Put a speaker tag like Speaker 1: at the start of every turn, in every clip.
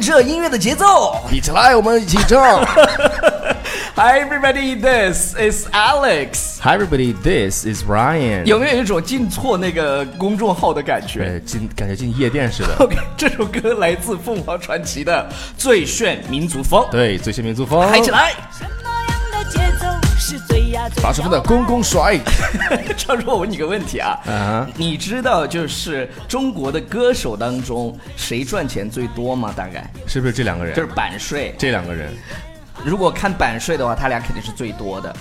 Speaker 1: 这音乐的节奏。
Speaker 2: 一起来，我们一起 唱。
Speaker 1: Hi everybody, this is Alex。
Speaker 2: Hi everybody, this is Ryan。
Speaker 1: 有没有一种进错那个公众号的感觉
Speaker 2: 对，进感觉进夜店似 的。
Speaker 1: ？OK，这首歌来自凤凰传奇的《最炫民族风》，
Speaker 2: 对，最新民族风，
Speaker 1: 嗨起来！
Speaker 3: 什么样的节奏是最呀最
Speaker 2: 把什么的公公 甩。
Speaker 1: 超叔，我问你个问题啊，
Speaker 2: 啊
Speaker 1: 你知道就是中国的歌手当中谁赚钱最多吗？大概
Speaker 2: 是不是这两个人？
Speaker 1: 就是版税。
Speaker 2: 这两个人。
Speaker 1: 如果看版税的话，他俩肯定是最多的，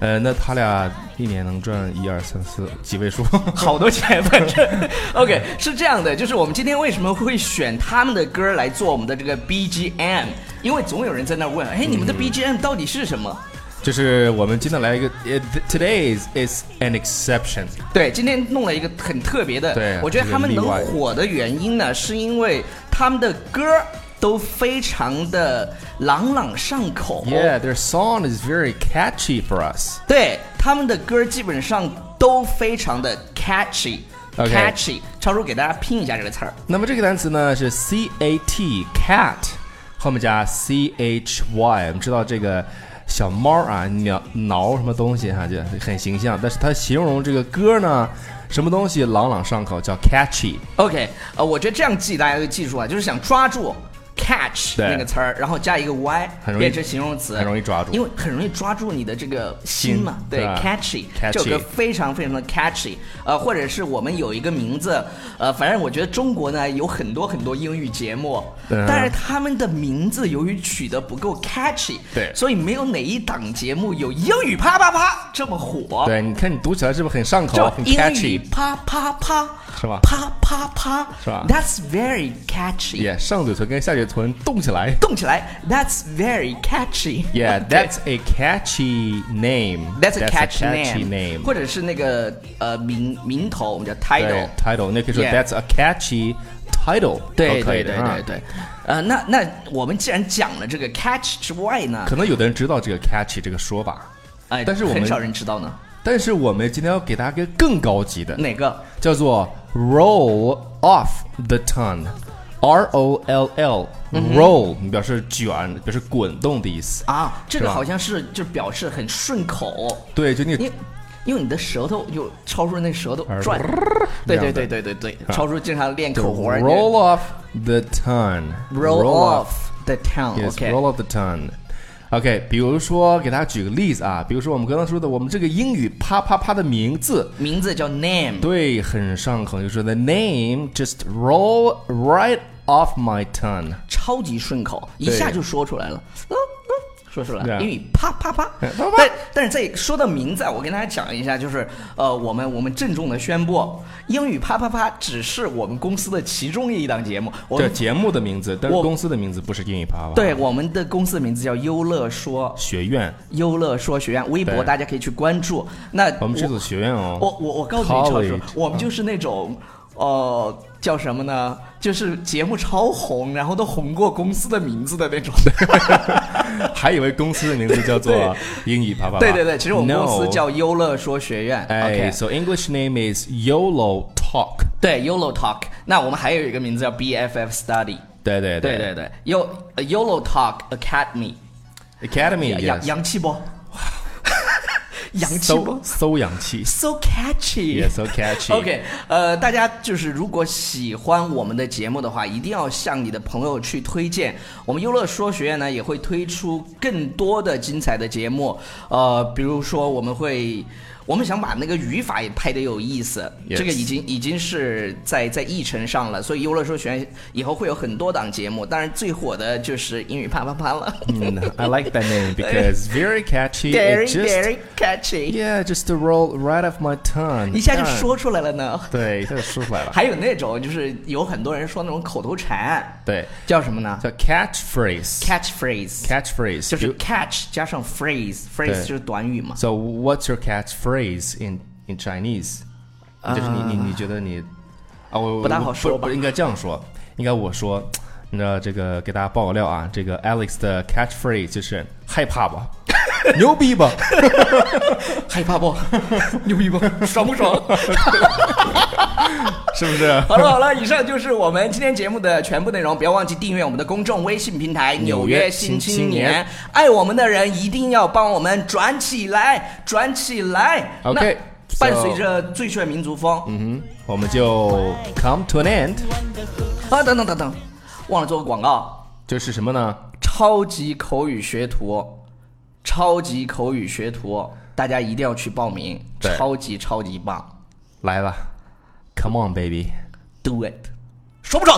Speaker 2: 呃，那他俩一年能赚一二三四几位数？
Speaker 1: 好多钱，反正 OK 是这样的，就是我们今天为什么会选他们的歌来做我们的这个 BGM？因为总有人在那问，哎，你们的
Speaker 2: 嗯
Speaker 1: BGM 到底是什么？
Speaker 2: 就是我们今天来一个呃，today is is an exception。
Speaker 1: 对，今天弄了一个很特别的，
Speaker 2: 对
Speaker 1: 我觉得他们能
Speaker 2: 这个例外
Speaker 1: 火的原因呢，是因为他们的歌都非常的朗朗上口。
Speaker 2: Yeah, their song is very catchy for us.
Speaker 1: 对，他们的歌基本上都非常的 catchy。
Speaker 2: OK
Speaker 1: catchy，超叔给大家拼一下这个词儿。
Speaker 2: 那么这个单词呢是 c a t cat，后面加 c h y。我们知道这个小猫啊，挠挠什么东西哈、就很形象。但是它形容这个歌呢，什么东西朗朗上口，叫 catchy。
Speaker 1: OK，呃，我觉得这样记大家就记住了，啊就是想抓住 catch
Speaker 2: 对
Speaker 1: 那个词儿，然后加一个 y，
Speaker 2: 很容易
Speaker 1: 变成形容词，
Speaker 2: 很容易抓住
Speaker 1: 因为很容易抓住你的这个心嘛，
Speaker 2: 心
Speaker 1: 对
Speaker 2: 对吧
Speaker 1: catchy，
Speaker 2: catchy
Speaker 1: 这首歌非常非常的 catchy，呃，或者是我们有一个名字，呃，反正我觉得中国呢有很多很多英语节目，
Speaker 2: 嗯
Speaker 1: 但是他们的名字由于取得不够 catchy，
Speaker 2: 对
Speaker 1: 所以没有哪一档节目有英语啪啪啪这么火，
Speaker 2: 对，你看你读起来是不是很上口，
Speaker 1: 就
Speaker 2: 很
Speaker 1: 英语
Speaker 2: 啊 catchy？
Speaker 1: 啪啪啪，
Speaker 2: 是吧
Speaker 1: 啪啪啪，
Speaker 2: 是吧
Speaker 1: ？That's very catchy。
Speaker 2: 也、yeah, 上嘴唇跟下嘴唇动起来。
Speaker 1: 动起来，That's very catchy。
Speaker 2: Yeah, that's a catchy name.
Speaker 1: That's a catchy
Speaker 2: catchy
Speaker 1: name，
Speaker 2: name.
Speaker 1: 或者是那个呃名名头，我们叫 title
Speaker 2: 对。title，那可以说
Speaker 1: Yeah
Speaker 2: that's a catchy title，
Speaker 1: 对
Speaker 2: 都可以
Speaker 1: 对对
Speaker 2: 的啊
Speaker 1: 对对，呃，那那我们既然讲了这个 catch 之外呢，
Speaker 2: 可能有的人知道这个 catchy 这个说法，
Speaker 1: 哎，
Speaker 2: 但是我们
Speaker 1: 很少人知道呢。
Speaker 2: 但是我们今天要给大家一个更高级的，
Speaker 1: 哪个
Speaker 2: 叫做 roll off the tongue，R O L
Speaker 1: 嗯
Speaker 2: L，roll 表示卷，表示滚动的意思。
Speaker 1: 啊？这
Speaker 2: 是
Speaker 1: 个
Speaker 2: 吧
Speaker 1: 好像是就表示很顺口，
Speaker 2: 对，就 那
Speaker 1: 因为因为你的舌头就超出那舌头
Speaker 2: 耳
Speaker 1: 转。 对对对对
Speaker 2: 这
Speaker 1: 对对，超出经常练
Speaker 2: 啊就
Speaker 1: 口活儿
Speaker 2: roll off the tongue，
Speaker 1: roll off the town。
Speaker 2: Yes,
Speaker 1: OK。
Speaker 2: roll off the tongue. OK，比如说给大家举个例子啊，比如说我们刚刚说的，我们这个英语啪啪啪的名字，
Speaker 1: 名字叫 name。
Speaker 2: 对，很上口，就是 the name just roll right off my tongue。
Speaker 1: 超级顺口，一下就说出来了，嗯嗯说出来
Speaker 2: 对
Speaker 1: 了，
Speaker 2: 啊
Speaker 1: 英语啪啪啪。
Speaker 2: 啪啪
Speaker 1: 但但是在说到名字啊，我跟大家讲一下，就是呃，我们我们郑重的宣布，英语啪啪啪只是我们公司的其中一档节目，我
Speaker 2: 这
Speaker 1: 们
Speaker 2: 节目的名字，但是
Speaker 1: 我
Speaker 2: 公司的名字不是英语啪啪。
Speaker 1: 对，我们的公司的名字叫优乐说，
Speaker 2: 学院，
Speaker 1: 优乐说学院，微博
Speaker 2: 对
Speaker 1: 大家可以去关注。那
Speaker 2: 我们这所学院哦。
Speaker 1: 我我我告诉你，超叔
Speaker 2: College，嗯
Speaker 1: 我们就是那种，呃，叫什么呢？就是节目超红，然后都红过公司的名字的那种。
Speaker 2: 还以为公司的名字叫做英语啪啪啪。
Speaker 1: 对对对，其实我们公司
Speaker 2: No
Speaker 1: 叫优乐说学院。
Speaker 2: 哎
Speaker 1: OK，
Speaker 2: ，so English name is Yolo Talk。
Speaker 1: 对 Yolo Talk。那我们还有一个名字叫 BFF Study。
Speaker 2: 对对
Speaker 1: 对对对，Yo 呃 Yolo Talk Academy，
Speaker 2: ，Academy
Speaker 1: 洋洋
Speaker 2: yes
Speaker 1: 洋气不？ 洋气
Speaker 2: 馊
Speaker 1: 不
Speaker 2: 馊洋 气
Speaker 1: ？So catchy。
Speaker 2: ，yes so catchy。
Speaker 1: OK，呃，大家就是如果喜欢我们的节目的话，一定要向你的朋友去推荐。我们优乐说学院呢也会推出更多的精彩的节目，呃，比如说我们会。我们想把那个语法也拍得有意思
Speaker 2: Yes
Speaker 1: 这个已经已经是在在议程上了，所以优乐说学院以后会有很多档节目，当然最火的就是英语啪啪啪了
Speaker 2: Mm, I like that name because very catchy.
Speaker 1: ，very
Speaker 2: It just-
Speaker 1: very catchy，、
Speaker 2: Yeah, just to roll right off my tongue.
Speaker 1: 一下就说出来了呢。
Speaker 2: 对，一下就说出来了。
Speaker 1: 还有那种就是有很多人说那种口头禅，
Speaker 2: 对，
Speaker 1: 叫什么呢
Speaker 2: 叫 catchphrase。
Speaker 1: ？catchphrase，
Speaker 2: catchphrase
Speaker 1: 就是
Speaker 2: 比如
Speaker 1: catch 加上 phrase，phrase 就是短语嘛。
Speaker 2: So what's your catchphrase in in Chinese？、就是你你你觉得你啊，我
Speaker 1: 呃不大好
Speaker 2: 我
Speaker 1: 说吧
Speaker 2: 不应该这样说，应该我说， 你知道这个给大家爆个料啊，这个 Alex 的 catchphrase 就是害怕吧。牛逼吧？
Speaker 1: 害怕不？
Speaker 2: 牛逼吧？
Speaker 1: 爽不爽？
Speaker 2: 是不是？
Speaker 1: 好了好了，以上就是我们今天节目的全部内容。不要忘记订阅我们的公众微信平台《纽
Speaker 2: 纽
Speaker 1: 约
Speaker 2: 约
Speaker 1: 新
Speaker 2: 新
Speaker 1: 青
Speaker 2: 青
Speaker 1: 年》
Speaker 2: 年
Speaker 1: 爱我们的人一定要帮我们转起来，转起来。
Speaker 2: OK，
Speaker 1: 那伴
Speaker 2: so-
Speaker 1: 随着最炫民族风。
Speaker 2: 嗯，我们就 come to an end，
Speaker 1: 啊，等等等等，忘了做个广告，
Speaker 2: 这是什么呢？
Speaker 1: 超级口语学徒，哦超级口语学徒，哦大家一定要去报名，
Speaker 2: 对
Speaker 1: 超级超级棒
Speaker 2: 来吧，come on baby。
Speaker 1: ，Do it，说不准。